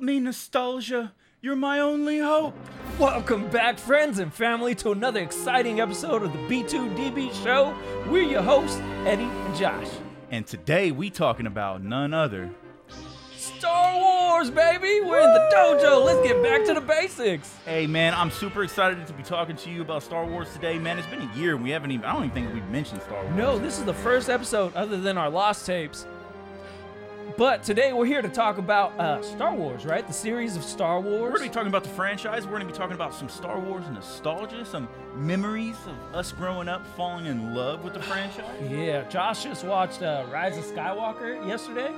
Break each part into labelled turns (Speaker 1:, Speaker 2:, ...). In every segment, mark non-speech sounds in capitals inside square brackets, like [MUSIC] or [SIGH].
Speaker 1: me, nostalgia. You're my only hope.
Speaker 2: Welcome back, friends and family, to another exciting episode of the B2DB Show. We're your hosts, Eddie and Josh.
Speaker 1: And today we talking about none other.
Speaker 2: Star Wars, baby! We're in the dojo. Let's get back to the basics.
Speaker 1: Hey man, I'm super excited to be talking to you about Star Wars today, man. It's been a year and we haven't even I don't even think we've mentioned Star Wars.
Speaker 2: No, this is the first episode other than our lost tapes. But today we're here to talk about uh, Star Wars, right? The series of Star
Speaker 1: We're
Speaker 2: Wars.
Speaker 1: gonna be talking about the franchise. We're gonna be talking about some Star Wars nostalgia, some memories of us growing up, falling in love with the franchise.
Speaker 2: Yeah, Josh just watched uh, Rise of Skywalker yesterday,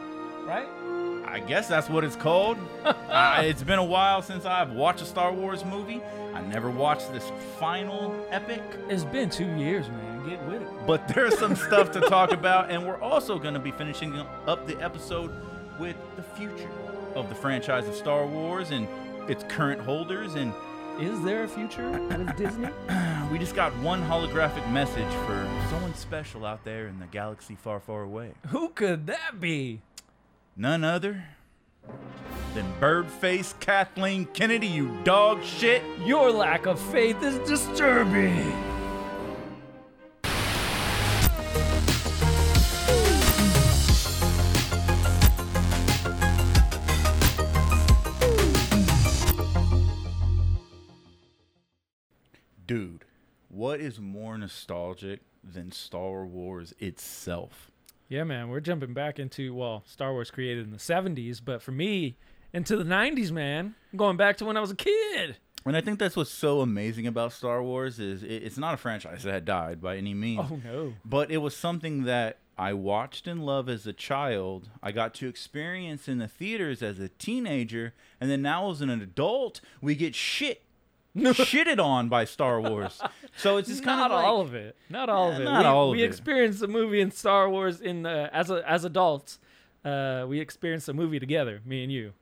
Speaker 2: right?
Speaker 1: I guess that's what it's called. uh, it's been a while since I've watched a Star Wars movie. I never watched this final epic,
Speaker 2: It's been two years, man. Get with it.
Speaker 1: but there's some stuff to talk about, and we're also going to be finishing up the episode with the future of the franchise of Star Wars and its current holders. And
Speaker 2: Is there a future with Disney?
Speaker 1: we just got one holographic message for someone special out there in the galaxy far, far away.
Speaker 2: Who could that be?
Speaker 1: None other than Birdface Kathleen Kennedy, you dog shit.
Speaker 2: Your lack of faith is disturbing.
Speaker 1: Dude, what is more nostalgic than Star Wars itself?
Speaker 2: Yeah, man, we're jumping back into well, Star Wars created in the '70s, but for me, into the '90s, man. I'm going back to when I was a kid.
Speaker 1: And I think that's what's so amazing about Star Wars is it, it's not a franchise that had died by any means,
Speaker 2: Oh no.
Speaker 1: but it was something that I watched and loved as a child. I got to experience in the theaters as a teenager, and then now as an adult, we get
Speaker 2: [LAUGHS]
Speaker 1: shit shitted on by Star Wars. So it's just kind
Speaker 2: not
Speaker 1: of like,
Speaker 2: all of it. Not all of
Speaker 1: Yeah,
Speaker 2: it.
Speaker 1: not
Speaker 2: we,
Speaker 1: all of
Speaker 2: we
Speaker 1: it.
Speaker 2: experienced the movie in Star Wars in uh, as a, as adults. Uh, we experienced the movie together, me and you.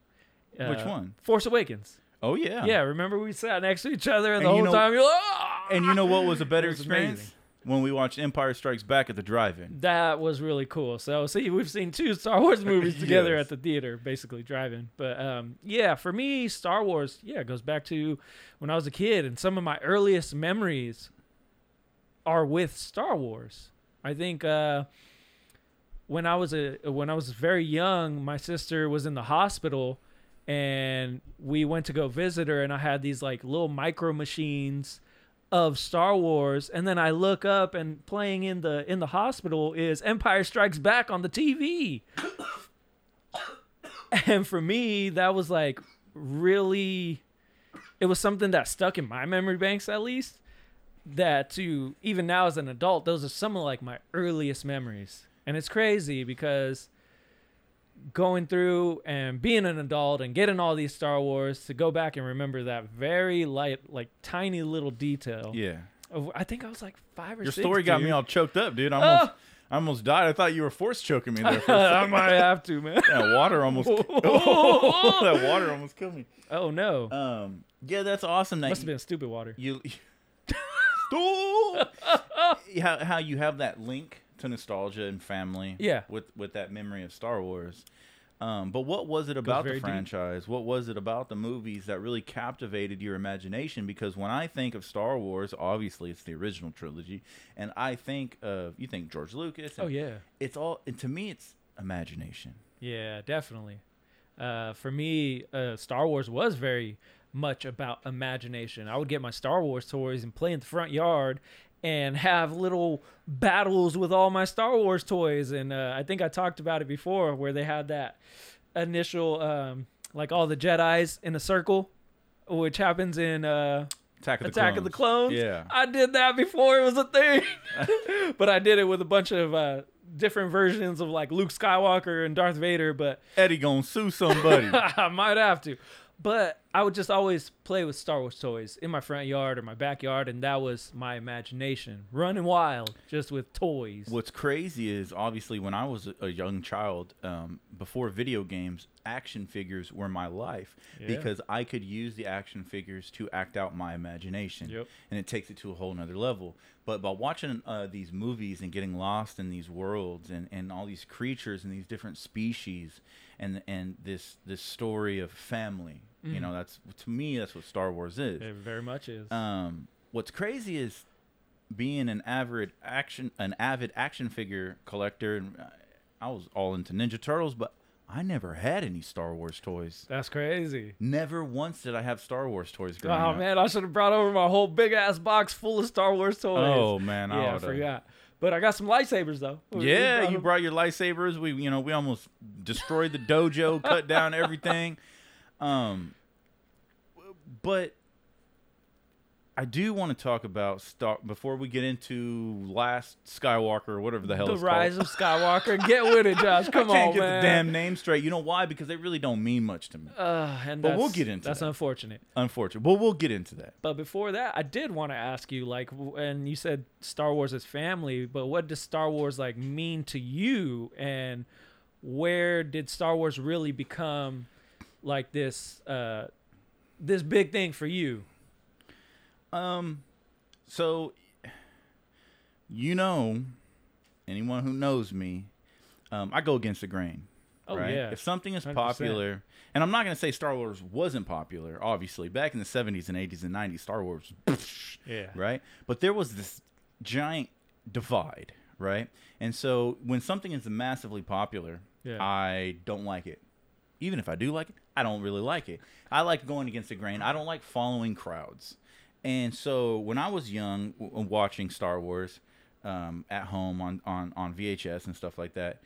Speaker 2: Uh,
Speaker 1: Which one?
Speaker 2: Force Awakens.
Speaker 1: oh yeah,
Speaker 2: Yeah, remember we sat next to each other and the
Speaker 1: And you
Speaker 2: whole
Speaker 1: know-
Speaker 2: time. You're like, "Ah!"
Speaker 1: And you know what was a
Speaker 2: [LAUGHS]
Speaker 1: better
Speaker 2: was
Speaker 1: experience
Speaker 2: amazing.
Speaker 1: when we watched Empire Strikes Back at the drive-in.
Speaker 2: that was really cool. So see, we've seen two Star Wars movies together
Speaker 1: Yes.
Speaker 2: at the theater, basically driving. But um, yeah, for me, Star Wars, yeah, it goes back to when I was a kid, and some of my earliest memories are with Star Wars. I think uh, when I was a when I was very young, my sister was in the hospital, and we went to go visit her, and I had these like little micro machines of Star Wars, and then I look up and playing in the in the hospital is Empire Strikes Back on the TV. and for me, that was like really it was something that stuck in my memory banks at least. That to even now as an adult, those are some of like my earliest memories. And it's crazy because going through and being an adult and getting all these Star Wars to go back and remember that very light, like tiny little detail.
Speaker 1: Yeah.
Speaker 2: Oh, I think I was like five or
Speaker 1: Your
Speaker 2: six.
Speaker 1: story got
Speaker 2: dude. Ah!
Speaker 1: me all choked up, dude. I almost, I almost died. I thought you were force choking me there for
Speaker 2: [LAUGHS]
Speaker 1: a
Speaker 2: I
Speaker 1: second.
Speaker 2: might have to,
Speaker 1: [LAUGHS]
Speaker 2: man. [LAUGHS]
Speaker 1: that water almost that water almost killed me.
Speaker 2: Oh no,
Speaker 1: Um, yeah, that's awesome. That
Speaker 2: must have
Speaker 1: you,
Speaker 2: been stupid water.
Speaker 1: you Stop! [LAUGHS] how how you have that link to nostalgia and family.
Speaker 2: Yeah.
Speaker 1: With with that memory of Star Wars. Um, but what was it about
Speaker 2: very
Speaker 1: the
Speaker 2: deep.
Speaker 1: franchise? What was it about the movies that really captivated your imagination? Because when I think of Star Wars, obviously it's the original trilogy, and I think of you think George Lucas. And
Speaker 2: Oh yeah,
Speaker 1: it's all and to me it's imagination.
Speaker 2: yeah, definitely. Uh, for me, uh, Star Wars was very much about imagination. I would get my Star Wars toys and play in the front yard and have little battles with all my Star Wars toys. And uh, I think I talked about it before, where they had that initial, um, like all the Jedi's in a circle, which happens in. Uh,
Speaker 1: Attack of the
Speaker 2: Attack
Speaker 1: Clones.
Speaker 2: of the Clones.
Speaker 1: Yeah.
Speaker 2: I did that before it was a thing, [LAUGHS] but I did it with a bunch of uh, different versions of like Luke Skywalker and Darth Vader. But [LAUGHS]
Speaker 1: Eddie gonna sue somebody. [LAUGHS]
Speaker 2: I might have to. But I would just always play with Star Wars toys in my front yard or my backyard, and that was my imagination running wild just with toys.
Speaker 1: What's crazy is obviously when I was a young child, um, before video games, action figures were my life
Speaker 2: Yeah.
Speaker 1: because I could use the action figures to act out my imagination,
Speaker 2: Yep.
Speaker 1: and it takes it to a whole nother level. But by watching uh, these movies and getting lost in these worlds and, and all these creatures and these different species, and and this this story of family, you know, that's to me that's what Star Wars is.
Speaker 2: Mm-hmm. It very much is.
Speaker 1: Um, what's crazy is being an avid action, an avid action figure collector. And uh, I was all into Ninja Turtles, but I never had any Star Wars toys.
Speaker 2: That's crazy.
Speaker 1: Never once did I have Star Wars toys
Speaker 2: Oh
Speaker 1: growing up.
Speaker 2: man, I should have brought over my whole big ass box full of Star Wars toys.
Speaker 1: Oh man,
Speaker 2: yeah, I
Speaker 1: would've-
Speaker 2: forgot. But I got some lightsabers though. We- we
Speaker 1: Yeah,
Speaker 2: brought
Speaker 1: you
Speaker 2: them.
Speaker 1: brought your lightsabers. We, you know, we almost destroyed the dojo, cut down everything. Um, but I do want to talk about Star before we get into last Skywalker or whatever the hell
Speaker 2: the
Speaker 1: it's
Speaker 2: Rise
Speaker 1: called.
Speaker 2: of Skywalker. Get with it, Josh.
Speaker 1: [LAUGHS]
Speaker 2: Come
Speaker 1: I can't
Speaker 2: on,
Speaker 1: get
Speaker 2: man.
Speaker 1: the damn name straight. You know why? Because they really don't mean much to me.
Speaker 2: Uh, and
Speaker 1: But we'll
Speaker 2: that's-
Speaker 1: get into
Speaker 2: That's
Speaker 1: that.
Speaker 2: unfortunate.
Speaker 1: Unfortunately, well, we'll get into that.
Speaker 2: But before that, I did want to ask you, like, w- and you said Star Wars is family, but what does Star Wars like mean to you, and where did Star Wars really become like this, uh, this big thing for you?
Speaker 1: Um, so you know, anyone who knows me, um, I go against the grain.
Speaker 2: Oh
Speaker 1: right?
Speaker 2: yeah,
Speaker 1: If something is
Speaker 2: 100%.
Speaker 1: popular, and I'm not going to say Star Wars wasn't popular, obviously. Back in the 70s and 80s and 90s, Star Wars,
Speaker 2: yeah,
Speaker 1: right? But there was this giant divide, right? And so when something is massively popular,
Speaker 2: Yeah.
Speaker 1: I don't like it. Even if I do like it, I don't really like it. I like going against the grain. I don't like following crowds. And so when I was young, w- watching Star Wars um, at home on, on, on VHS and stuff like that,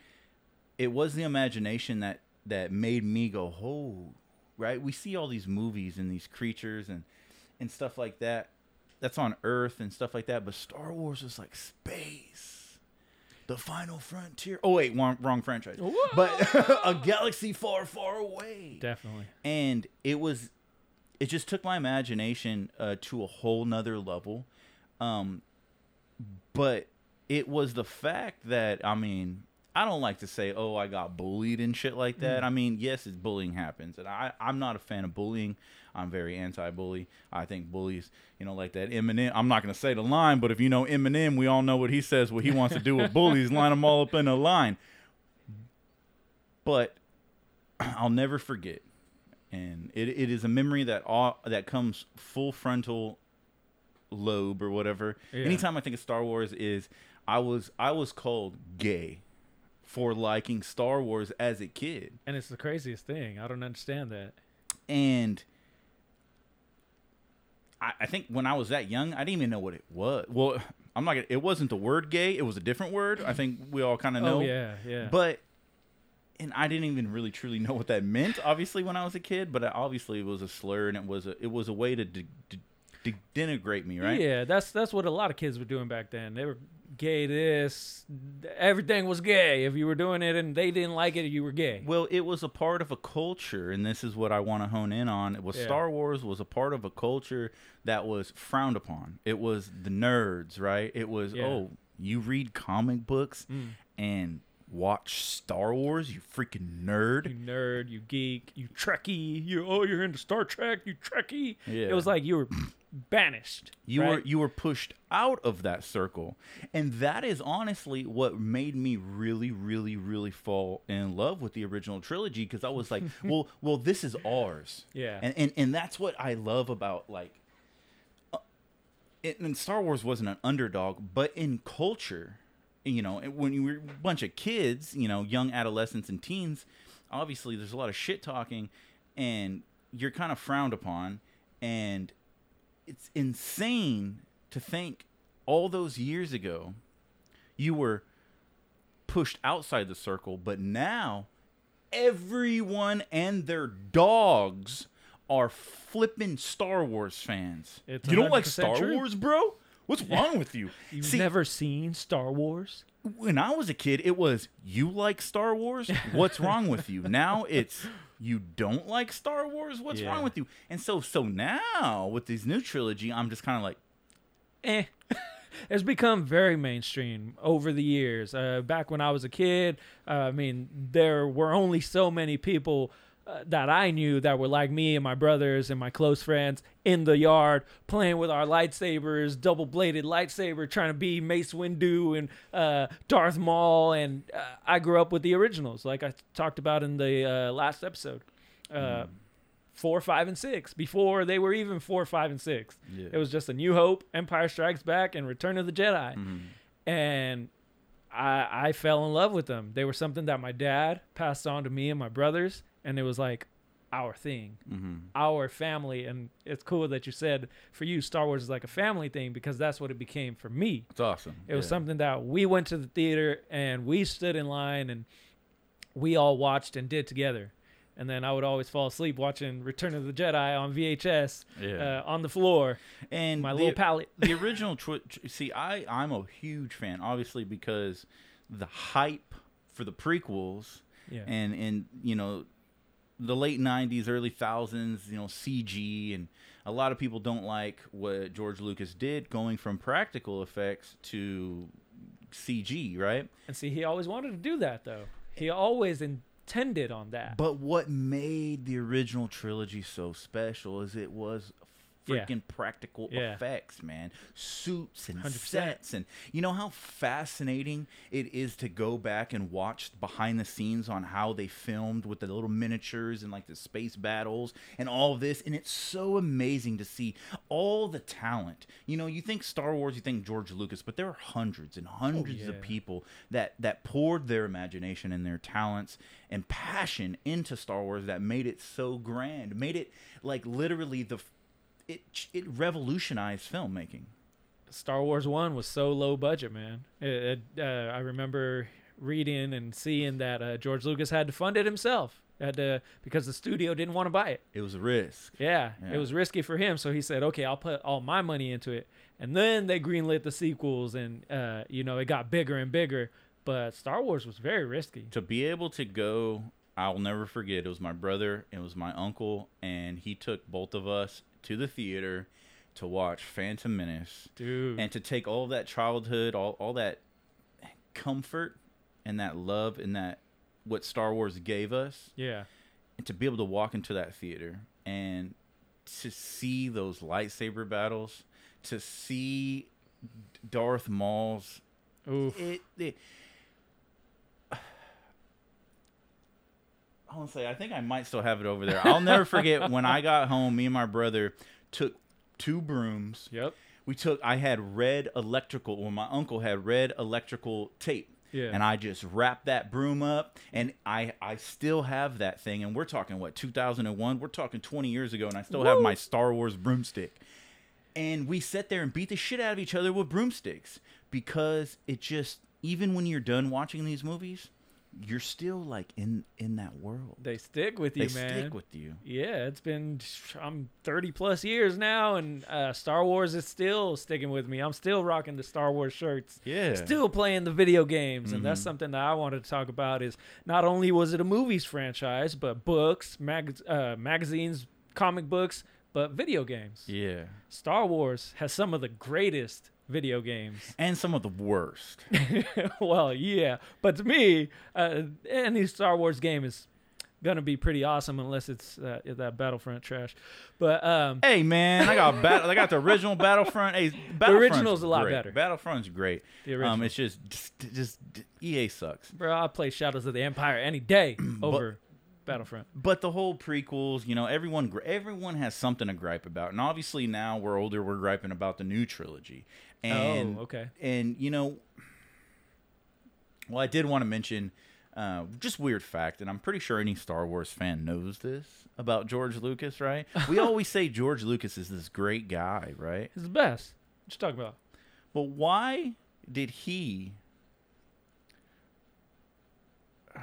Speaker 1: it was the imagination that that made me go, "Oh, right." We see all these movies and these creatures and and stuff like that. That's on Earth and stuff like that. But Star Wars was like space, the final frontier. Oh wait, wrong, wrong franchise. But [LAUGHS] a galaxy far, far away.
Speaker 2: definitely.
Speaker 1: And it was, it just took my imagination uh, to a whole nother level. Um, but it was the fact that I mean, I don't like to say, "Oh, I got bullied and shit like that." I mean, yes, it's bullying happens, and I I'm not a fan of bullying. I'm very anti-bully. I think bullies, you know, like that Eminem. I'm not gonna say the line, but if you know Eminem, we all know what he says. What he wants to do with bullies, line them all up in a line. But [CLEARS THROAT] I'll never forget, and it, it is a memory that all that comes full frontal lobe or whatever.
Speaker 2: Yeah.
Speaker 1: Anytime I think of Star Wars is I was I was called gay for liking Star Wars as a kid.
Speaker 2: And it's the craziest thing. I don't understand that.
Speaker 1: And I, I think when I was that young, I didn't even know what it was. Well, I'm not gonna it wasn't the word gay, it was a different word. I think we all kinda know.
Speaker 2: Oh yeah, yeah.
Speaker 1: But and I didn't even really truly know what that meant, obviously, when I was a kid. But it obviously, it was a slur, and it was a it was a way to de- de- de- denigrate me, right?
Speaker 2: Yeah, that's that's what a lot of kids were doing back then. They were gay this, everything was gay. If you were doing it and they didn't like it, you were gay.
Speaker 1: Well, it was a part of a culture, and this is what I want to hone in on. It was
Speaker 2: Yeah.
Speaker 1: Star Wars was a part of a culture that was frowned upon. It was the nerds, right? It was
Speaker 2: Yeah. Mm.
Speaker 1: oh, you read comic books and watch Star Wars, you freaking nerd.
Speaker 2: You nerd, you geek, you Trekkie, you oh you're into Star Trek, you Trekkie.
Speaker 1: Yeah.
Speaker 2: It was
Speaker 1: [CLEARS THROAT]
Speaker 2: like you were banished.
Speaker 1: You
Speaker 2: right?
Speaker 1: were you were pushed out of that circle. And that is honestly what made me really really really fall in love with the original trilogy because I was like, well well this is ours.
Speaker 2: Yeah.
Speaker 1: And and and that's what I love about like uh, and- and Star Wars wasn't an underdog, but in culture, you know, and when you were a bunch of kids, you know, young adolescents and teens, obviously there's a lot of shit talking and you're kind of frowned upon and it's insane to think all those years ago you were pushed outside the circle but now everyone and their dogs are flipping star wars fans
Speaker 2: It's
Speaker 1: you don't like
Speaker 2: 100%
Speaker 1: star
Speaker 2: true.
Speaker 1: wars bro What's wrong with you?
Speaker 2: [LAUGHS] You've
Speaker 1: See,
Speaker 2: never seen Star Wars?
Speaker 1: when I was a kid, it was you like Star
Speaker 2: [LAUGHS]
Speaker 1: Wars. What's wrong with you? Now it's you don't like Star Wars. What's
Speaker 2: Yeah.
Speaker 1: wrong with you? And so, so now with this new trilogy, I'm just kind of like,
Speaker 2: eh. [LAUGHS] It's become very mainstream over the years. Uh, back when I was a kid, uh, I mean, there were only so many people uh, that I knew that were like me and my brothers and my close friends in the yard playing with our lightsabers, double bladed lightsaber, trying to be Mace Windu and uh, Darth Maul. And uh, I grew up with the originals, like I talked about in the uh, last episode. Uh, Four, five, and six. Before they were even four, five, and six.
Speaker 1: Yeah.
Speaker 2: It was just a New Hope, Empire Strikes Back, and Return of the Jedi. And I I fell in love with them. They were something that my dad passed on to me and my brothers, and it was like our thing, our family. And it's cool that you said for you, Star Wars is like a family thing because that's what it became for me.
Speaker 1: it's awesome.
Speaker 2: It was something that we went to the theater and we stood in line and we all watched and did together. And then I would always fall asleep watching Return of the Jedi on VHS
Speaker 1: Yeah.
Speaker 2: uh, on the floor,
Speaker 1: and
Speaker 2: my
Speaker 1: the-
Speaker 2: little palette.
Speaker 1: the original twi- tr- see i i'm a huge fan obviously because the hype for the prequels
Speaker 2: Yeah.
Speaker 1: and and you know the late 90s early thousands you know cg and a lot of people don't like what george lucas did going from practical effects to cg right
Speaker 2: And see, he always wanted to do that, though. He always intended on that.
Speaker 1: But what made the original trilogy so special is it was
Speaker 2: Yeah.
Speaker 1: freaking practical
Speaker 2: Yeah.
Speaker 1: effects, man. Suits and
Speaker 2: 100%.
Speaker 1: sets and you know how fascinating it is to go back and watch behind the scenes on how they filmed with the little miniatures and like the space battles and all this and it's so amazing to see all the talent. You know, you think Star Wars, you think George Lucas, but there are hundreds and hundreds
Speaker 2: yeah.
Speaker 1: of people people that that poured their imagination and their talents and passion into Star Wars that made it so grand, made it like literally the f- it ch- it revolutionized filmmaking.
Speaker 2: Star Wars One was so low budget, man. It, it, uh, I remember reading and seeing that uh, George Lucas had to fund it himself, had to because the studio didn't want to buy it.
Speaker 1: It was a risk.
Speaker 2: Yeah,
Speaker 1: Yeah.
Speaker 2: it was risky for him, so he said, "Okay, I'll put all my money into it." And then they greenlit the sequels, and uh, you know it got bigger and bigger. But Star Wars was very risky.
Speaker 1: To be able to go, I'll never forget. It was my brother, it was my uncle, and he took both of us to the theater to watch Phantom Menace.
Speaker 2: Dude,
Speaker 1: and to take all of that childhood, all, all that comfort and that love and that what Star Wars gave us,
Speaker 2: yeah,
Speaker 1: and to be able to walk into that theater and to see those lightsaber battles, to see Darth Maul's
Speaker 2: oof,
Speaker 1: it, it [SIGHS] honestly, I think I might still have it over there. I'll never forget when I got home, me and my brother took two brooms
Speaker 2: yep,
Speaker 1: we took i had red electrical well my uncle had red electrical tape
Speaker 2: Yeah.
Speaker 1: and i just wrapped that broom up and i i still have that thing and we're talking what 2001 we're talking 20 years ago and i still have
Speaker 2: Woo!
Speaker 1: my star wars broomstick and we sat there and beat the shit out of each other with broomsticks because it just even when you're done watching these movies you're still like in in that world
Speaker 2: they stick with
Speaker 1: they
Speaker 2: you, man.
Speaker 1: stick with you
Speaker 2: Yeah, it's been I'm 30 plus years now, and uh, Star Wars is still sticking with me. I'm still rocking the Star Wars shirts.
Speaker 1: Yeah. Mm-hmm.
Speaker 2: still playing the video games, and that's something that I wanted to talk about. Is not only was it a movies franchise, but books, mag- uh, magazines, comic books, but video games.
Speaker 1: yeah
Speaker 2: Star Wars has some of the greatest video games. [LAUGHS]
Speaker 1: and some of the worst
Speaker 2: well, yeah, but to me, uh, any Star Wars game is gonna be pretty awesome unless it's uh, that Battlefront trash. But um,
Speaker 1: Hey man, I got battle. I got the original Battlefront. Hey, Battlefront's
Speaker 2: original's a lot
Speaker 1: great.
Speaker 2: better.
Speaker 1: Battlefront's great.
Speaker 2: The
Speaker 1: Um,
Speaker 2: original.
Speaker 1: it's just, just, just EA sucks.
Speaker 2: Bro, I play Shadows of the Empire any
Speaker 1: [CLEARS THROAT]
Speaker 2: day over Battlefront.
Speaker 1: But the whole prequels, you know, everyone gri- everyone has something to gripe about, and obviously now we're older, we're griping about the new trilogy. And,
Speaker 2: oh, okay.
Speaker 1: And you know, well, I did want to mention. Uh, just weird fact, and I'm pretty sure any Star Wars fan knows this about George Lucas, right?
Speaker 2: [LAUGHS]
Speaker 1: We always say George Lucas is this great guy, right?
Speaker 2: It's the best. What you talking about?
Speaker 1: But why did he?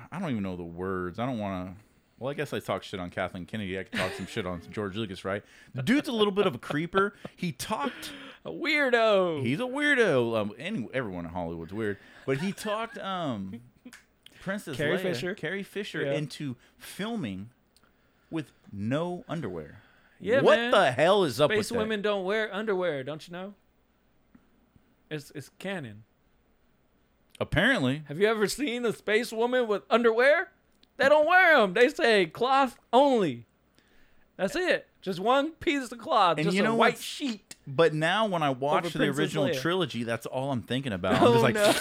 Speaker 1: I don't even know the words. I don't want to Well, I guess I talk shit on Kathleen Kennedy. I could talk some shit on George Lucas, right? The dude's a little bit of a creeper. He talked.
Speaker 2: A weirdo.
Speaker 1: He's a weirdo. Um, any, everyone in Hollywood's weird, but he talked um, Princess
Speaker 2: Carrie
Speaker 1: Leia-
Speaker 2: Fisher.
Speaker 1: Carrie Fisher
Speaker 2: Yeah.
Speaker 1: into filming with no underwear.
Speaker 2: Yeah,
Speaker 1: what
Speaker 2: man.
Speaker 1: the hell is up
Speaker 2: Space
Speaker 1: with that?
Speaker 2: women don't wear underwear, don't you know? It's it's canon.
Speaker 1: Apparently,
Speaker 2: Have you ever seen a space woman with underwear? They don't wear them. They say cloth only. That's it. Just one piece of cloth.
Speaker 1: And
Speaker 2: just
Speaker 1: you
Speaker 2: a
Speaker 1: know
Speaker 2: white
Speaker 1: what's-
Speaker 2: sheet.
Speaker 1: but now when I watch the
Speaker 2: Princess
Speaker 1: original
Speaker 2: Leia.
Speaker 1: trilogy, that's all I'm thinking about. I'm
Speaker 2: [LAUGHS] Oh
Speaker 1: just like,
Speaker 2: no!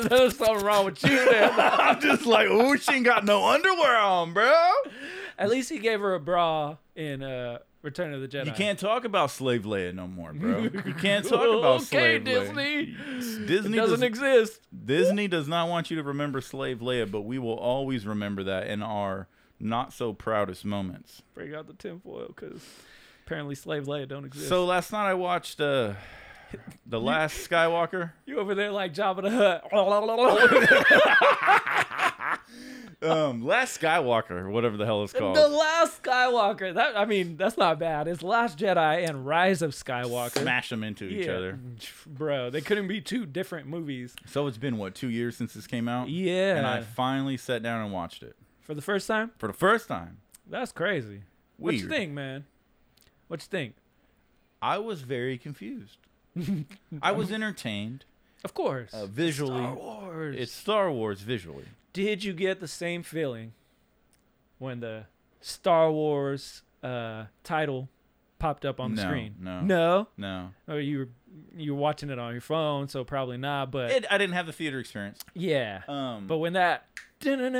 Speaker 2: [LAUGHS] There's something wrong with you, man.
Speaker 1: [LAUGHS] I'm just like, oh, she ain't got no underwear on, bro.
Speaker 2: [LAUGHS] At least he gave her a bra in uh, Return of the Jedi.
Speaker 1: You can't talk about slave Leia no more,
Speaker 2: [LAUGHS]
Speaker 1: bro. You can't talk about
Speaker 2: Oh, okay,
Speaker 1: slave Leia.
Speaker 2: Disney.
Speaker 1: Disney
Speaker 2: doesn't
Speaker 1: does,
Speaker 2: exist.
Speaker 1: Disney does not want you to remember slave Leia, but we will always remember that in our not so proudest moments.
Speaker 2: Bring out the tinfoil, because apparently Slave Leia don't exist.
Speaker 1: So last night I watched uh, the last
Speaker 2: [LAUGHS]
Speaker 1: Skywalker.
Speaker 2: You over there like Jabba the Hutt. [LAUGHS]
Speaker 1: Um, last Skywalker, or whatever the hell it's called.
Speaker 2: the Last Skywalker. That I mean, that's not bad. It's Last Jedi and Rise of Skywalker.
Speaker 1: Smash them into each
Speaker 2: Yeah.
Speaker 1: other.
Speaker 2: Bro, they couldn't be two different movies.
Speaker 1: So it's been what two years since this came out,
Speaker 2: Yeah.
Speaker 1: and I finally sat down and watched it
Speaker 2: For the first time?
Speaker 1: for the first time.
Speaker 2: That's crazy. What you
Speaker 1: Weird.
Speaker 2: think, man? What you think?
Speaker 1: I was very
Speaker 2: [LAUGHS]
Speaker 1: confused. I was entertained
Speaker 2: Of course.
Speaker 1: uh, visually.
Speaker 2: Star Wars.
Speaker 1: It's Star Wars visually.
Speaker 2: Did you get the same feeling when the Star Wars uh, title popped up on the
Speaker 1: No,
Speaker 2: screen?
Speaker 1: no.
Speaker 2: No.
Speaker 1: No,
Speaker 2: Or Oh, you were you were watching it on your phone, so probably not. But
Speaker 1: it, I didn't have the theater experience.
Speaker 2: yeah.
Speaker 1: Um,
Speaker 2: but when that dun dun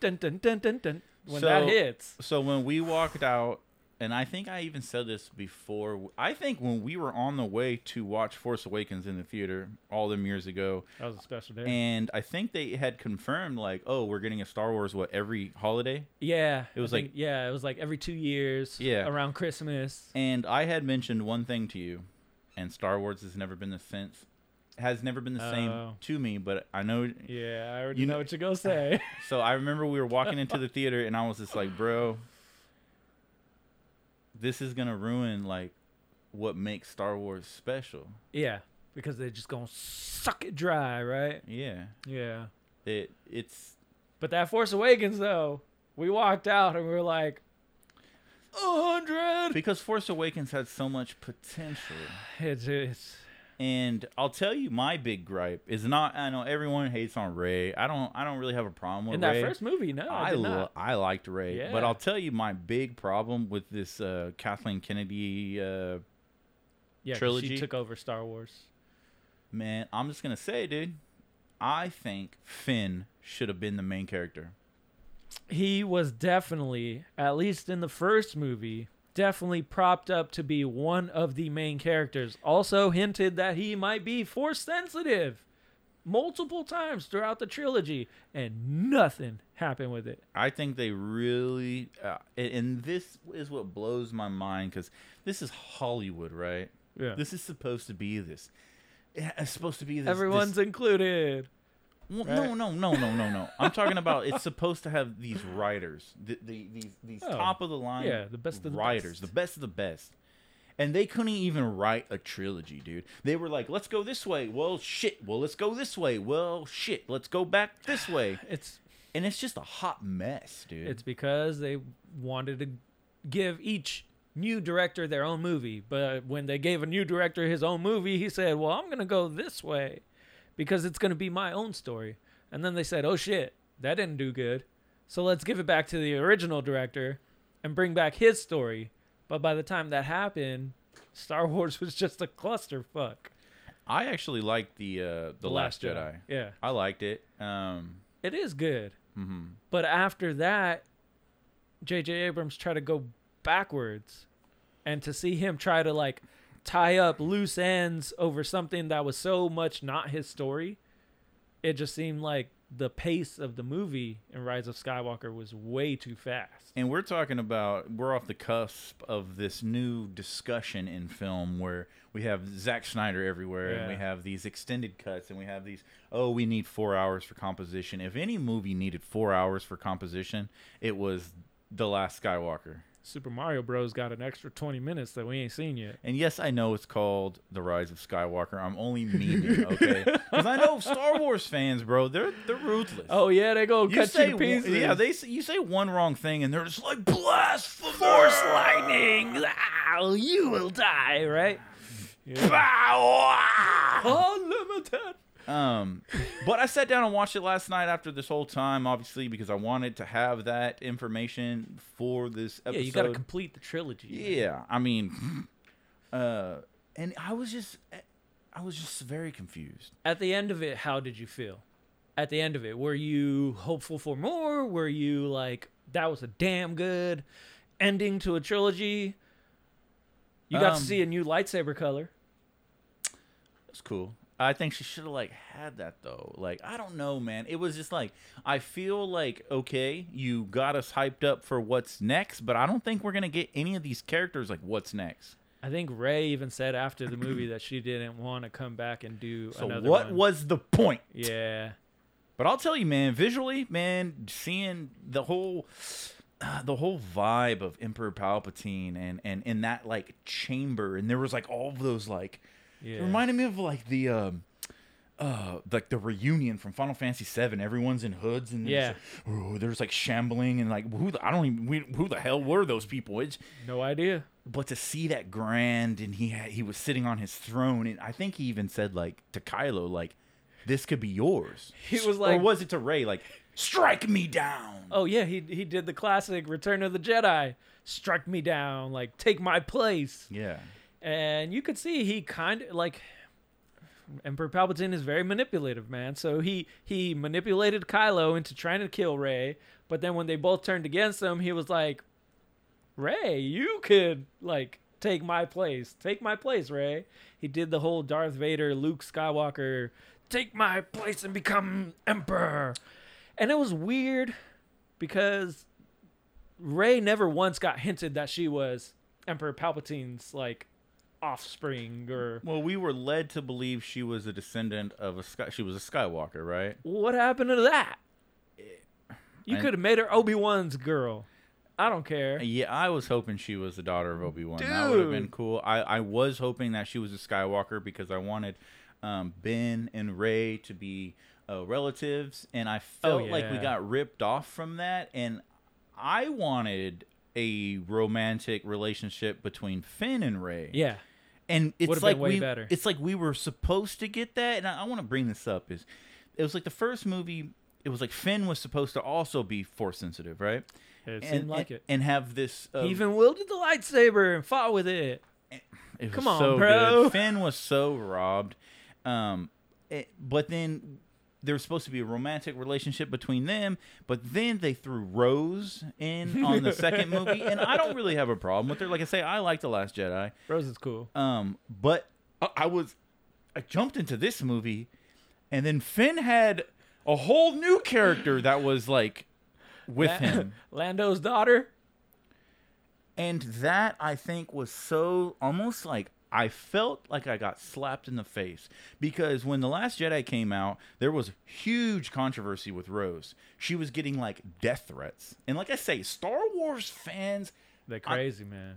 Speaker 2: dun dun dun dun dun when that
Speaker 1: So-
Speaker 2: hits,
Speaker 1: so when we walked out, and I think I even said this before. I think when we were on the way to watch Force Awakens in the theater all them years ago,
Speaker 2: that was a special day.
Speaker 1: and I think they had confirmed like, oh, we're getting a Star Wars what every holiday.
Speaker 2: yeah.
Speaker 1: It was
Speaker 2: I
Speaker 1: like-
Speaker 2: think- yeah, it was like every two years.
Speaker 1: Yeah.
Speaker 2: Around Christmas.
Speaker 1: And I had mentioned one thing to you, and Star Wars has never been the since has never been the same
Speaker 2: Oh.
Speaker 1: to me. But I know
Speaker 2: Yeah, I already
Speaker 1: You
Speaker 2: know
Speaker 1: know-
Speaker 2: what you're gonna say.
Speaker 1: So I remember we were walking into the theater, and I was just like, "Bro, this is gonna ruin like what makes Star Wars special."
Speaker 2: [LAUGHS] yeah. Because they're just gonna suck it dry, right?
Speaker 1: Yeah,
Speaker 2: Yeah.
Speaker 1: it it's
Speaker 2: But that Force Awakens though, we walked out and we were like, a hundred.
Speaker 1: because Force Awakens had so much potential,
Speaker 2: It's, it's
Speaker 1: and I'll tell you, my big gripe is not. I know everyone hates on Ray. I don't. I don't really have a problem with
Speaker 2: in that
Speaker 1: Rey.
Speaker 2: first movie. No, I,
Speaker 1: I
Speaker 2: did
Speaker 1: lo-
Speaker 2: not.
Speaker 1: I liked Ray, but
Speaker 2: Yeah.
Speaker 1: I'll tell you my big problem with this uh, Kathleen Kennedy uh,
Speaker 2: Yeah, 'cause
Speaker 1: trilogy.
Speaker 2: she took over Star Wars.
Speaker 1: Man, I'm just gonna say, dude, I think Finn should have been the main character.
Speaker 2: He was definitely, at least in the first movie, definitely propped up to be one of the main characters. Also hinted that he might be force sensitive multiple times throughout the trilogy, and nothing happened with it.
Speaker 1: I think they really, uh, and- and this is what blows my mind because this is Hollywood, right?
Speaker 2: Yeah.
Speaker 1: This is supposed to be this. yeah, It's supposed to be this.
Speaker 2: Everyone's
Speaker 1: this-
Speaker 2: included.
Speaker 1: Well, no, no, no, no, no, no. I'm talking about it's supposed to have these writers, the, the, these these
Speaker 2: Oh,
Speaker 1: top of the line,
Speaker 2: yeah, the best of the
Speaker 1: writers,
Speaker 2: best.
Speaker 1: the best of the best. And they couldn't even write a trilogy, dude. They were like, "Let's go this way." Well, shit. Well, let's go this way. Well, shit. Let's go back this
Speaker 2: [SIGHS]
Speaker 1: way.
Speaker 2: It's
Speaker 1: And it's just a hot mess, dude.
Speaker 2: It's because they wanted to give each new director their own movie. But when they gave a new director his own movie, he said, Well, I'm going to go this way because it's going to be my own story. And then they said, Oh shit, that didn't do good. So let's give it back to the original director and bring back his story. But by the time that happened, Star [LAUGHS] Wars was just a clusterfuck.
Speaker 1: I actually liked the uh, the, Last, Jedi.
Speaker 2: Yeah.
Speaker 1: I liked it. Um,
Speaker 2: It is good.
Speaker 1: Mm-hmm.
Speaker 2: But after that, J.J. Abrams tried to go backwards, and to see him try to like tie up loose ends over something that was so much not his story, it just seemed like the pace of the movie in Rise of Skywalker was way too fast.
Speaker 1: And we're talking about we're off the cusp of this new discussion in film where we have Zack Snyder everywhere and we
Speaker 2: Yeah.
Speaker 1: have these extended cuts and we have these oh we need 4 hours for composition. If any movie needed 4 hours for composition, it was The Last Skywalker.
Speaker 2: Super Mario Bros got an extra 20 minutes that we ain't seen yet.
Speaker 1: And yes, I know it's called The Rise of Skywalker. I'm only memeing, okay? Cuz I know Star Wars fans, bro, they're they're ruthless.
Speaker 2: Oh yeah, they go
Speaker 1: You
Speaker 2: cut you
Speaker 1: say
Speaker 2: to
Speaker 1: one-
Speaker 2: pieces.
Speaker 1: yeah, they say- you say one wrong thing and they're just like blasphemy, force lightning.
Speaker 2: Ah, you will die, right? Yeah.
Speaker 1: Pow!
Speaker 2: Unlimited.
Speaker 1: Ah, [LAUGHS] um, but I sat down and watched it last night after this whole time, obviously because I wanted to have that information for this episode.
Speaker 2: Yeah, you got to complete the trilogy.
Speaker 1: Yeah, I mean, [LAUGHS] uh, and I was just, eh, I was just very confused.
Speaker 2: At the end of it, how did you feel? At the end of it, were you hopeful for more? Were you like that was a damn good ending to a trilogy? You got
Speaker 1: Um,
Speaker 2: to see a new lightsaber color.
Speaker 1: It's cool. I think she should have like had that though. Like I don't know, man. It was just like I feel like okay, you got us hyped up for what's next, but I don't think we're gonna get any of these characters like what's next.
Speaker 2: I think Ray even said after the movie that she didn't want to come back and do
Speaker 1: So
Speaker 2: another
Speaker 1: what
Speaker 2: one.
Speaker 1: was the point?
Speaker 2: Yeah.
Speaker 1: But I'll tell you, man. Visually, man, seeing the whole. Uh, the whole vibe of Emperor Palpatine and and in that like chamber and there was like all of those like
Speaker 2: Yeah.
Speaker 1: It reminded me of like the um uh like the reunion from Final Fantasy VII. Everyone's in hoods and there's, like, ooh, there's like shambling and like who the, I don't even we, who the hell were those people? It's,
Speaker 2: no idea.
Speaker 1: but to see that grand and he had, he was sitting on his throne and I think he even said like to Kylo like this could be yours.
Speaker 2: He was
Speaker 1: or
Speaker 2: like-
Speaker 1: was it to Ray like strike me down?
Speaker 2: Oh yeah, he he did the classic Return of the Jedi. Strike me down, like take my place.
Speaker 1: Yeah.
Speaker 2: And you could see he kind of like Emperor Palpatine is very manipulative, man. So he he manipulated Kylo into trying to kill Rey, but then when they both turned against him, he was like, "Rey, you could like take my place. Take my place, Rey." He did the whole Darth Vader, Luke Skywalker, "Take my place and become emperor." And it was weird because Rey never once got hinted that she was Emperor Palpatine's like offspring or
Speaker 1: Well, we were led to believe she was a descendant of a Sky- she was a Skywalker, right?
Speaker 2: what happened to that? You
Speaker 1: I-
Speaker 2: could have made her Obi Wan's girl. I don't care.
Speaker 1: Yeah, I was hoping she was the daughter of Obi Wan. That would have been
Speaker 2: Dude.
Speaker 1: cool. I, I was hoping that she was a Skywalker because I wanted um, Ben and Ray to be uh, relatives, and I felt like we
Speaker 2: Oh, yeah.
Speaker 1: got ripped off from that. And I wanted a romantic relationship between Finn and Ray.
Speaker 2: Yeah,
Speaker 1: and it's
Speaker 2: Would've been
Speaker 1: like
Speaker 2: way
Speaker 1: we,
Speaker 2: better.
Speaker 1: it's like we were supposed to get that. And I, I want to bring this up is, it was like the first movie. It was like Finn was supposed to also be force sensitive, right? and,
Speaker 2: it seemed like
Speaker 1: and-
Speaker 2: it.
Speaker 1: and have this. Uh,
Speaker 2: He even wielded the lightsaber and fought with it.
Speaker 1: it was
Speaker 2: come on,
Speaker 1: so
Speaker 2: bro. [LAUGHS]
Speaker 1: Good. Finn was so robbed, um, it- but then there was supposed to be a romantic relationship between them. But then they threw Rose in on the second movie, and I don't really have a problem with her. Like I say, I like the Last Jedi,
Speaker 2: Rose is cool.
Speaker 1: um, but I, I was I jumped into this movie, and then Finn had a whole new character that was like with him.
Speaker 2: [LAUGHS] Lando's daughter.
Speaker 1: And that I think was so almost like I felt like I got slapped in the face because when The Last Jedi came out, there was huge controversy with Rose. She was getting like death threats. And like I say, Star Wars fans,
Speaker 2: They're crazy, man.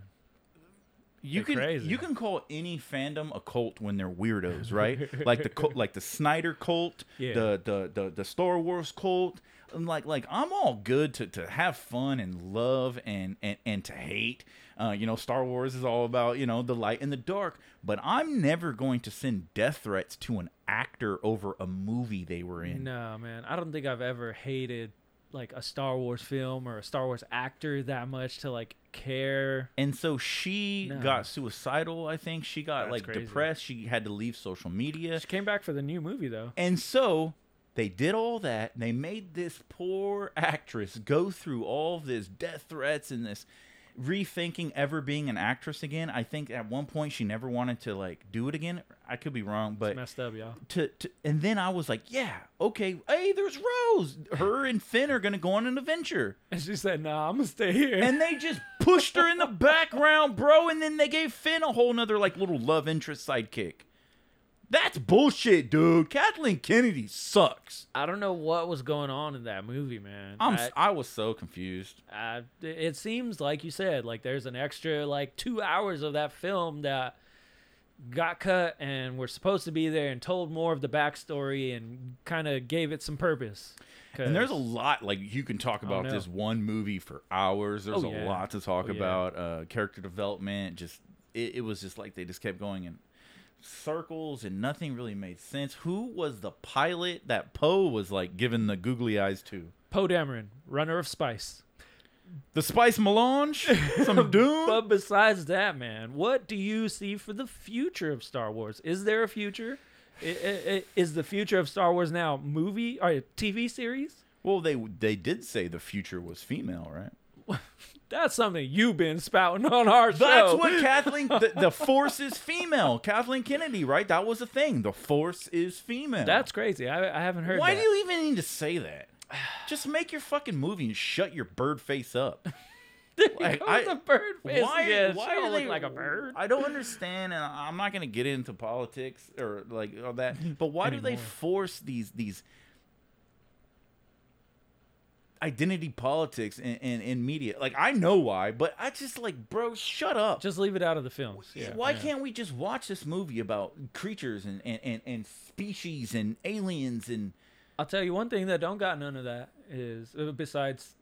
Speaker 1: you
Speaker 2: They're
Speaker 1: can
Speaker 2: crazy.
Speaker 1: you can call any fandom a cult when they're weirdos, right?
Speaker 2: [LAUGHS]
Speaker 1: like the cult, like the Snyder cult,
Speaker 2: Yeah.
Speaker 1: the, the the the Star Wars cult. And like like I'm all good to, to have fun and love and and and to hate. Uh, you know, Star Wars is all about you know the light and the dark. But I'm never going to send death threats to an actor over a movie they were in.
Speaker 2: No, man. I don't think I've ever hated like a Star Wars film or a Star Wars actor that much to like care.
Speaker 1: And so she
Speaker 2: No.
Speaker 1: got suicidal. I think she got
Speaker 2: That's
Speaker 1: like
Speaker 2: crazy.
Speaker 1: depressed. She had to leave social media.
Speaker 2: She came back for the new movie though.
Speaker 1: And so they did all that. They made this poor actress go through all this death threats and this. rethinking ever being an actress again. I think at one point she never wanted to like do it again. I could be wrong, but
Speaker 2: messed up, y'all.
Speaker 1: to, to and then I was like, yeah, okay, hey, there's Rose. Her and Finn are gonna go on an adventure.
Speaker 2: And [LAUGHS] she said, "Nah, I'm gonna stay here." [LAUGHS]
Speaker 1: And they just pushed her in the background, bro, and then they gave Finn a whole nother like little love interest sidekick. That's bullshit, dude. Kathleen Kennedy sucks.
Speaker 2: I don't know what was going on in that movie, man.
Speaker 1: I'm
Speaker 2: I-
Speaker 1: s- I was so confused.
Speaker 2: uh, it seems like you said like there's an extra like two hours of that film that got cut and we're supposed to be there and told more of the backstory and kind of gave it some purpose 'Cause-
Speaker 1: And there's a lot like you can talk about
Speaker 2: Oh, no.
Speaker 1: this one movie for hours. There's
Speaker 2: Oh,
Speaker 1: a
Speaker 2: yeah.
Speaker 1: lot to talk
Speaker 2: Oh, yeah.
Speaker 1: about. Uh, character development, just it, it was just like they just kept going in circles and nothing really made sense. Who was the pilot that Poe was like giving the googly eyes to?
Speaker 2: Poe Dameron, runner of spice.
Speaker 1: The Spice Melange?
Speaker 2: [LAUGHS]
Speaker 1: Some Doom?
Speaker 2: But besides that, man, what do you see for the future of Star Wars? Is there a future? I- I- I- Is the future of Star Wars now movie or TV series?
Speaker 1: well, they they did say the future was female, right?
Speaker 2: That's something you've been spouting on our show.
Speaker 1: That's
Speaker 2: [LAUGHS]
Speaker 1: what Kathleen. The, the Force is female. Kathleen Kennedy, right? That was a thing. The Force is female.
Speaker 2: That's crazy. I, I haven't heard.
Speaker 1: Why
Speaker 2: that.
Speaker 1: do you even need to say that? Just make your fucking movie and shut your bird face
Speaker 2: [LAUGHS]
Speaker 1: up. Like,
Speaker 2: Go
Speaker 1: I-
Speaker 2: with the bird face again. She
Speaker 1: do
Speaker 2: don't look
Speaker 1: they-
Speaker 2: like a bird.
Speaker 1: I don't understand, and I- I'm not gonna get into politics or like all
Speaker 2: [LAUGHS]
Speaker 1: that. But why do they
Speaker 2: Anymore.
Speaker 1: force these these identity politics in, in, in media? Like I know why, but I just like, bro, shut up.
Speaker 2: Just leave it out of the films. Yeah,
Speaker 1: Why
Speaker 2: yeah.
Speaker 1: can't we just watch this movie about creatures and, and, and, and species and aliens and
Speaker 2: I'll tell you one thing that don't got none of that is uh, besides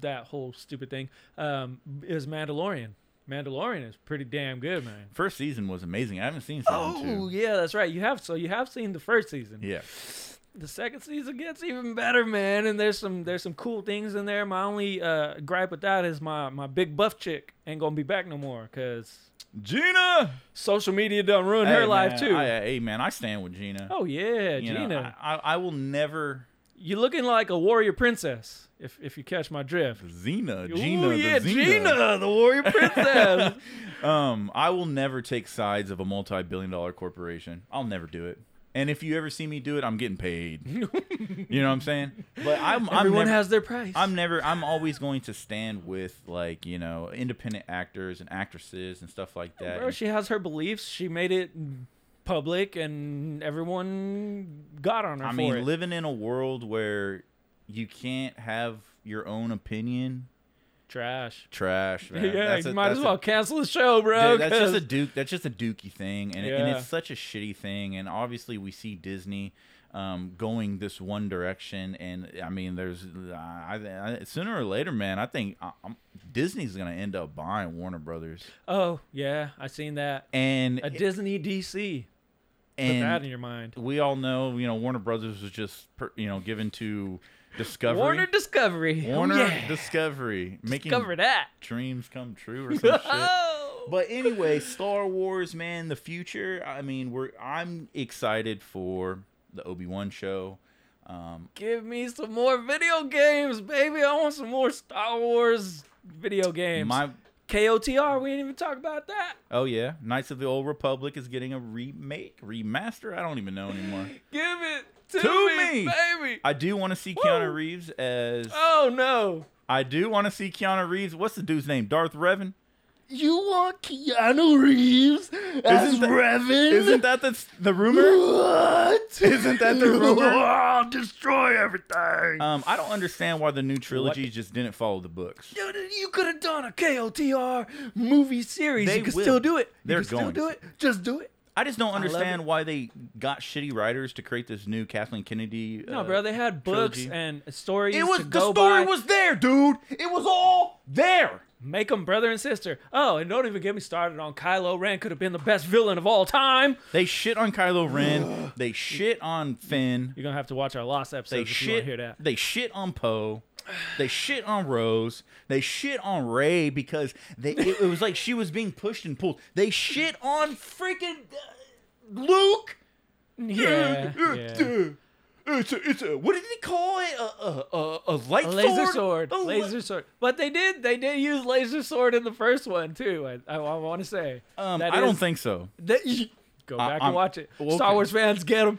Speaker 2: that whole stupid thing um, is Mandalorian. Mandalorian is pretty damn good, man.
Speaker 1: first season was amazing. I haven't seen season two.
Speaker 2: Oh yeah, that's right. You have so you have seen the first season.
Speaker 1: Yeah.
Speaker 2: The second season gets even better, man. And there's some there's some cool things in there. My only uh, gripe with that is my my big buff chick ain't gonna be back no more because
Speaker 1: Gina!
Speaker 2: social media done ruined her life too.
Speaker 1: I, hey, man, I stand with Gina.
Speaker 2: oh yeah,
Speaker 1: You know,
Speaker 2: Gina.
Speaker 1: I, I, I will never.
Speaker 2: You're looking like a warrior princess, if if you catch my drift.
Speaker 1: Xena.
Speaker 2: Ooh,
Speaker 1: Gina. the
Speaker 2: yeah,
Speaker 1: Xena.
Speaker 2: Gina, the warrior princess.
Speaker 1: Um, I will never take sides of a multi billion dollar corporation. I'll never do it. And if you ever see me do it, I'm getting paid.
Speaker 2: [LAUGHS]
Speaker 1: you know what I'm saying? But [LAUGHS] I'm, I'm
Speaker 2: Everyone
Speaker 1: never,
Speaker 2: has their price.
Speaker 1: I'm never. I'm always going to stand with like you know independent actors and actresses and stuff like that.
Speaker 2: Bro, she has her beliefs. She made it public, and everyone got on her
Speaker 1: I
Speaker 2: for
Speaker 1: mean,
Speaker 2: it.
Speaker 1: living in a world where you can't have your own opinion,
Speaker 2: Trash. [LAUGHS]
Speaker 1: trash. Man.
Speaker 2: yeah,
Speaker 1: that's
Speaker 2: you
Speaker 1: a-
Speaker 2: might
Speaker 1: that's
Speaker 2: as
Speaker 1: a-
Speaker 2: well cancel the show,
Speaker 1: [LAUGHS]
Speaker 2: bro.
Speaker 1: Dude, that's just a
Speaker 2: 'cause-
Speaker 1: duke. That's just a dookie thing, and, and
Speaker 2: Yeah.
Speaker 1: it's such a shitty thing. And obviously, we see Disney um, going this one direction, and I mean, there's I, I, sooner or later, man. I think I, I'm, Disney's gonna end up buying Warner Brothers,
Speaker 2: oh yeah, I seen that.
Speaker 1: and
Speaker 2: A Disney DC. Put that in
Speaker 1: and
Speaker 2: your mind.
Speaker 1: we all know, you know, Warner Brothers was just per- you know given to Discovery,
Speaker 2: Warner Discovery. Oh,
Speaker 1: Warner
Speaker 2: yeah.
Speaker 1: Discovery, making
Speaker 2: Discover that.
Speaker 1: dreams come true or some
Speaker 2: [LAUGHS]
Speaker 1: shit.
Speaker 2: Oh.
Speaker 1: But anyway, Star Wars, man, the future. I mean, we're I'm excited for the Obi Wan show. Um,
Speaker 2: Give me some more video games, baby. I want some more Star Wars video games.
Speaker 1: my
Speaker 2: KOTR, we didn't even talk about that.
Speaker 1: oh yeah, Knights of the Old Republic is getting a remake, remaster. I don't even know anymore.
Speaker 2: Give it to,
Speaker 1: To
Speaker 2: me,
Speaker 1: me.
Speaker 2: baby.
Speaker 1: I do want to see Keanu
Speaker 2: Woo.
Speaker 1: Reeves as.
Speaker 2: oh no.
Speaker 1: I do want to see Keanu Reeves. What's the dude's name? Darth
Speaker 2: [LAUGHS]
Speaker 1: Revan.
Speaker 3: You want Keanu Reeves as
Speaker 1: Isn't that-
Speaker 3: Revan?
Speaker 1: Isn't that the the rumor?
Speaker 3: what?
Speaker 1: Isn't that
Speaker 3: [LAUGHS]
Speaker 1: the
Speaker 2: [LAUGHS]
Speaker 1: rumor?
Speaker 3: I'll destroy everything.
Speaker 1: Um, I don't understand why the new trilogy just didn't follow the books.
Speaker 2: Dude, you could have done a KOTR movie series.
Speaker 1: They
Speaker 2: you could
Speaker 1: will.
Speaker 2: still do it.
Speaker 1: They're
Speaker 3: you can
Speaker 1: going.
Speaker 3: still do it. Just do it.
Speaker 1: I just don't
Speaker 2: love it.
Speaker 1: understand why they got shitty writers to create this new Kathleen Kennedy.
Speaker 2: No,
Speaker 1: uh,
Speaker 2: bro, they had books
Speaker 1: trilogy.
Speaker 2: and stories.
Speaker 1: It was
Speaker 2: to
Speaker 1: the
Speaker 2: go
Speaker 1: story
Speaker 2: by.
Speaker 1: was there, dude. It was all there.
Speaker 2: make them brother and sister. Oh, and don't even get me started on Kylo Ren could have been the best villain of all time.
Speaker 1: They shit on Kylo [SIGHS] Ren. they shit on Finn.
Speaker 2: You're gonna have to watch our lost episode
Speaker 1: They
Speaker 2: if you want
Speaker 1: shit.
Speaker 2: to hear
Speaker 1: [LAUGHS]
Speaker 2: that.
Speaker 1: They shit on Poe. They shit on Rose. They shit on Ray because they it, it was like she was being pushed and pulled. They shit on freaking uh, Luke.
Speaker 2: Yeah, yeah.
Speaker 1: it's a, it's a, what did he call it? A, a, a, a light
Speaker 2: A laser sword.
Speaker 1: A li-
Speaker 2: laser sword. But they did they did use laser sword in the first one too. I, I, want to say.
Speaker 1: Um,
Speaker 2: That
Speaker 1: I don't
Speaker 2: is-
Speaker 1: think so.
Speaker 2: that- you- go
Speaker 1: I-
Speaker 2: back
Speaker 1: I'm-
Speaker 2: and watch it.
Speaker 1: well,
Speaker 2: Star
Speaker 1: okay.
Speaker 2: Wars fans get them.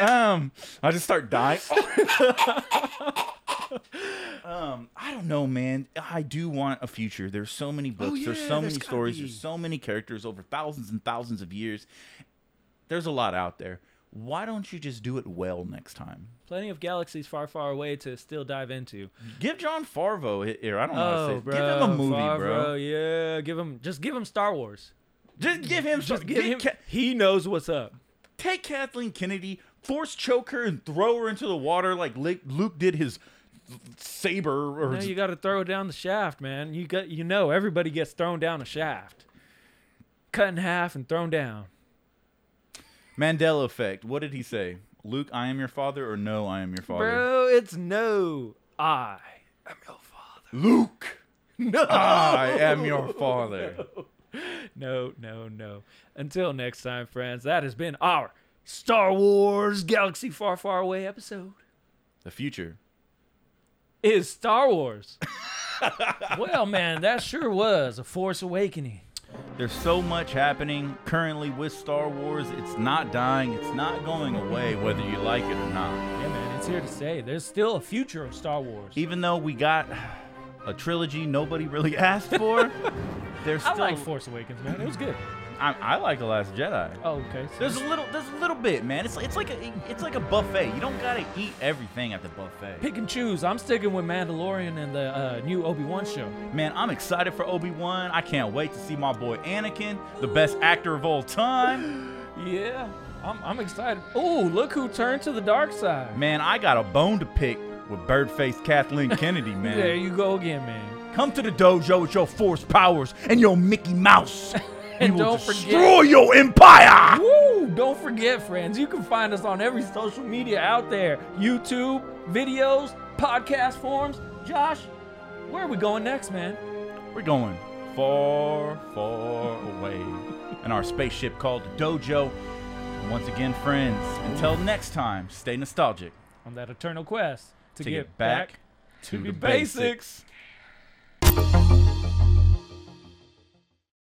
Speaker 1: Um, I just start dying. [LAUGHS] um, I don't know, man. I do want a future. There's so many
Speaker 2: Oh,
Speaker 1: books. there's
Speaker 3: yeah,
Speaker 1: so many
Speaker 3: there's gotta
Speaker 1: stories.
Speaker 3: be.
Speaker 1: There's so many characters over thousands and thousands of years. There's a lot out there. Why don't you just do it well next time?
Speaker 2: Plenty of galaxies far, far away to still dive into.
Speaker 1: Give John Farvo hi- here. I don't know how to say.
Speaker 2: Oh,
Speaker 1: it.
Speaker 2: bro,
Speaker 1: give him a movie, bro.
Speaker 2: Favreau, Yeah, give him just give him Star Wars.
Speaker 1: Just give him.
Speaker 2: Just
Speaker 1: some-
Speaker 2: give
Speaker 1: get
Speaker 2: him.
Speaker 1: Ca-
Speaker 2: he knows what's up.
Speaker 1: take Kathleen Kennedy, force choke her, and throw her into the water like Li- Luke did his saber or
Speaker 2: No,
Speaker 1: his
Speaker 2: you got to throw down the shaft, man. You got you know everybody gets thrown down a shaft, cut in half and thrown down.
Speaker 1: Mandela effect. What did he say? Luke, I am your father, or no, I am your father.
Speaker 2: Bro, it's no. I am your father.
Speaker 1: Luke,
Speaker 2: [LAUGHS] No.
Speaker 1: I am your father.
Speaker 2: No, no, no. Until next time, friends, that has been our Star Wars Galaxy Far, Far Away episode.
Speaker 1: The future.
Speaker 2: Is Star [LAUGHS] Wars. well, man, that sure was a Force Awakening.
Speaker 1: There's so much happening currently with Star Wars. It's not dying. It's not going away, whether you like it or not.
Speaker 2: Yeah, man, it's here to stay. There's still a future of Star Wars.
Speaker 1: Even though we got a trilogy nobody really [LAUGHS] asked
Speaker 2: [LAUGHS]
Speaker 1: for, there's
Speaker 2: I
Speaker 1: still.
Speaker 2: like Force Awakens, man. It was good.
Speaker 1: I, I like the Last Jedi.
Speaker 2: Oh, okay. so-
Speaker 1: There's a little, there's a little bit, man. It's it's like a it's like a buffet. You don't gotta eat everything at the buffet.
Speaker 2: pick and choose. I'm sticking with Mandalorian and the uh, new Obi Wan show.
Speaker 1: Man, I'm excited for Obi Wan. I can't wait to see my boy Anakin, the best actor of all time.
Speaker 2: Yeah, I'm, I'm excited. Oh, look who turned to the dark side.
Speaker 1: Man, I got a bone to pick with Birdface Kathleen
Speaker 2: [LAUGHS]
Speaker 1: Kennedy,
Speaker 2: There
Speaker 1: man.
Speaker 2: you go again, man.
Speaker 1: Come to the dojo with your force powers and your Mickey
Speaker 2: [LAUGHS]
Speaker 1: Mouse.
Speaker 2: And
Speaker 1: we will
Speaker 2: don't forget-
Speaker 1: destroy your empire.
Speaker 2: Woo! Don't forget, friends, you can find us on every social media out there YouTube, videos, podcast forms. Josh, where are we going next, man?
Speaker 1: We're going far, far away in our spaceship called the dojo. Once again, friends, until next time, stay nostalgic
Speaker 2: On that eternal quest to,
Speaker 1: to get, back, to, the basics.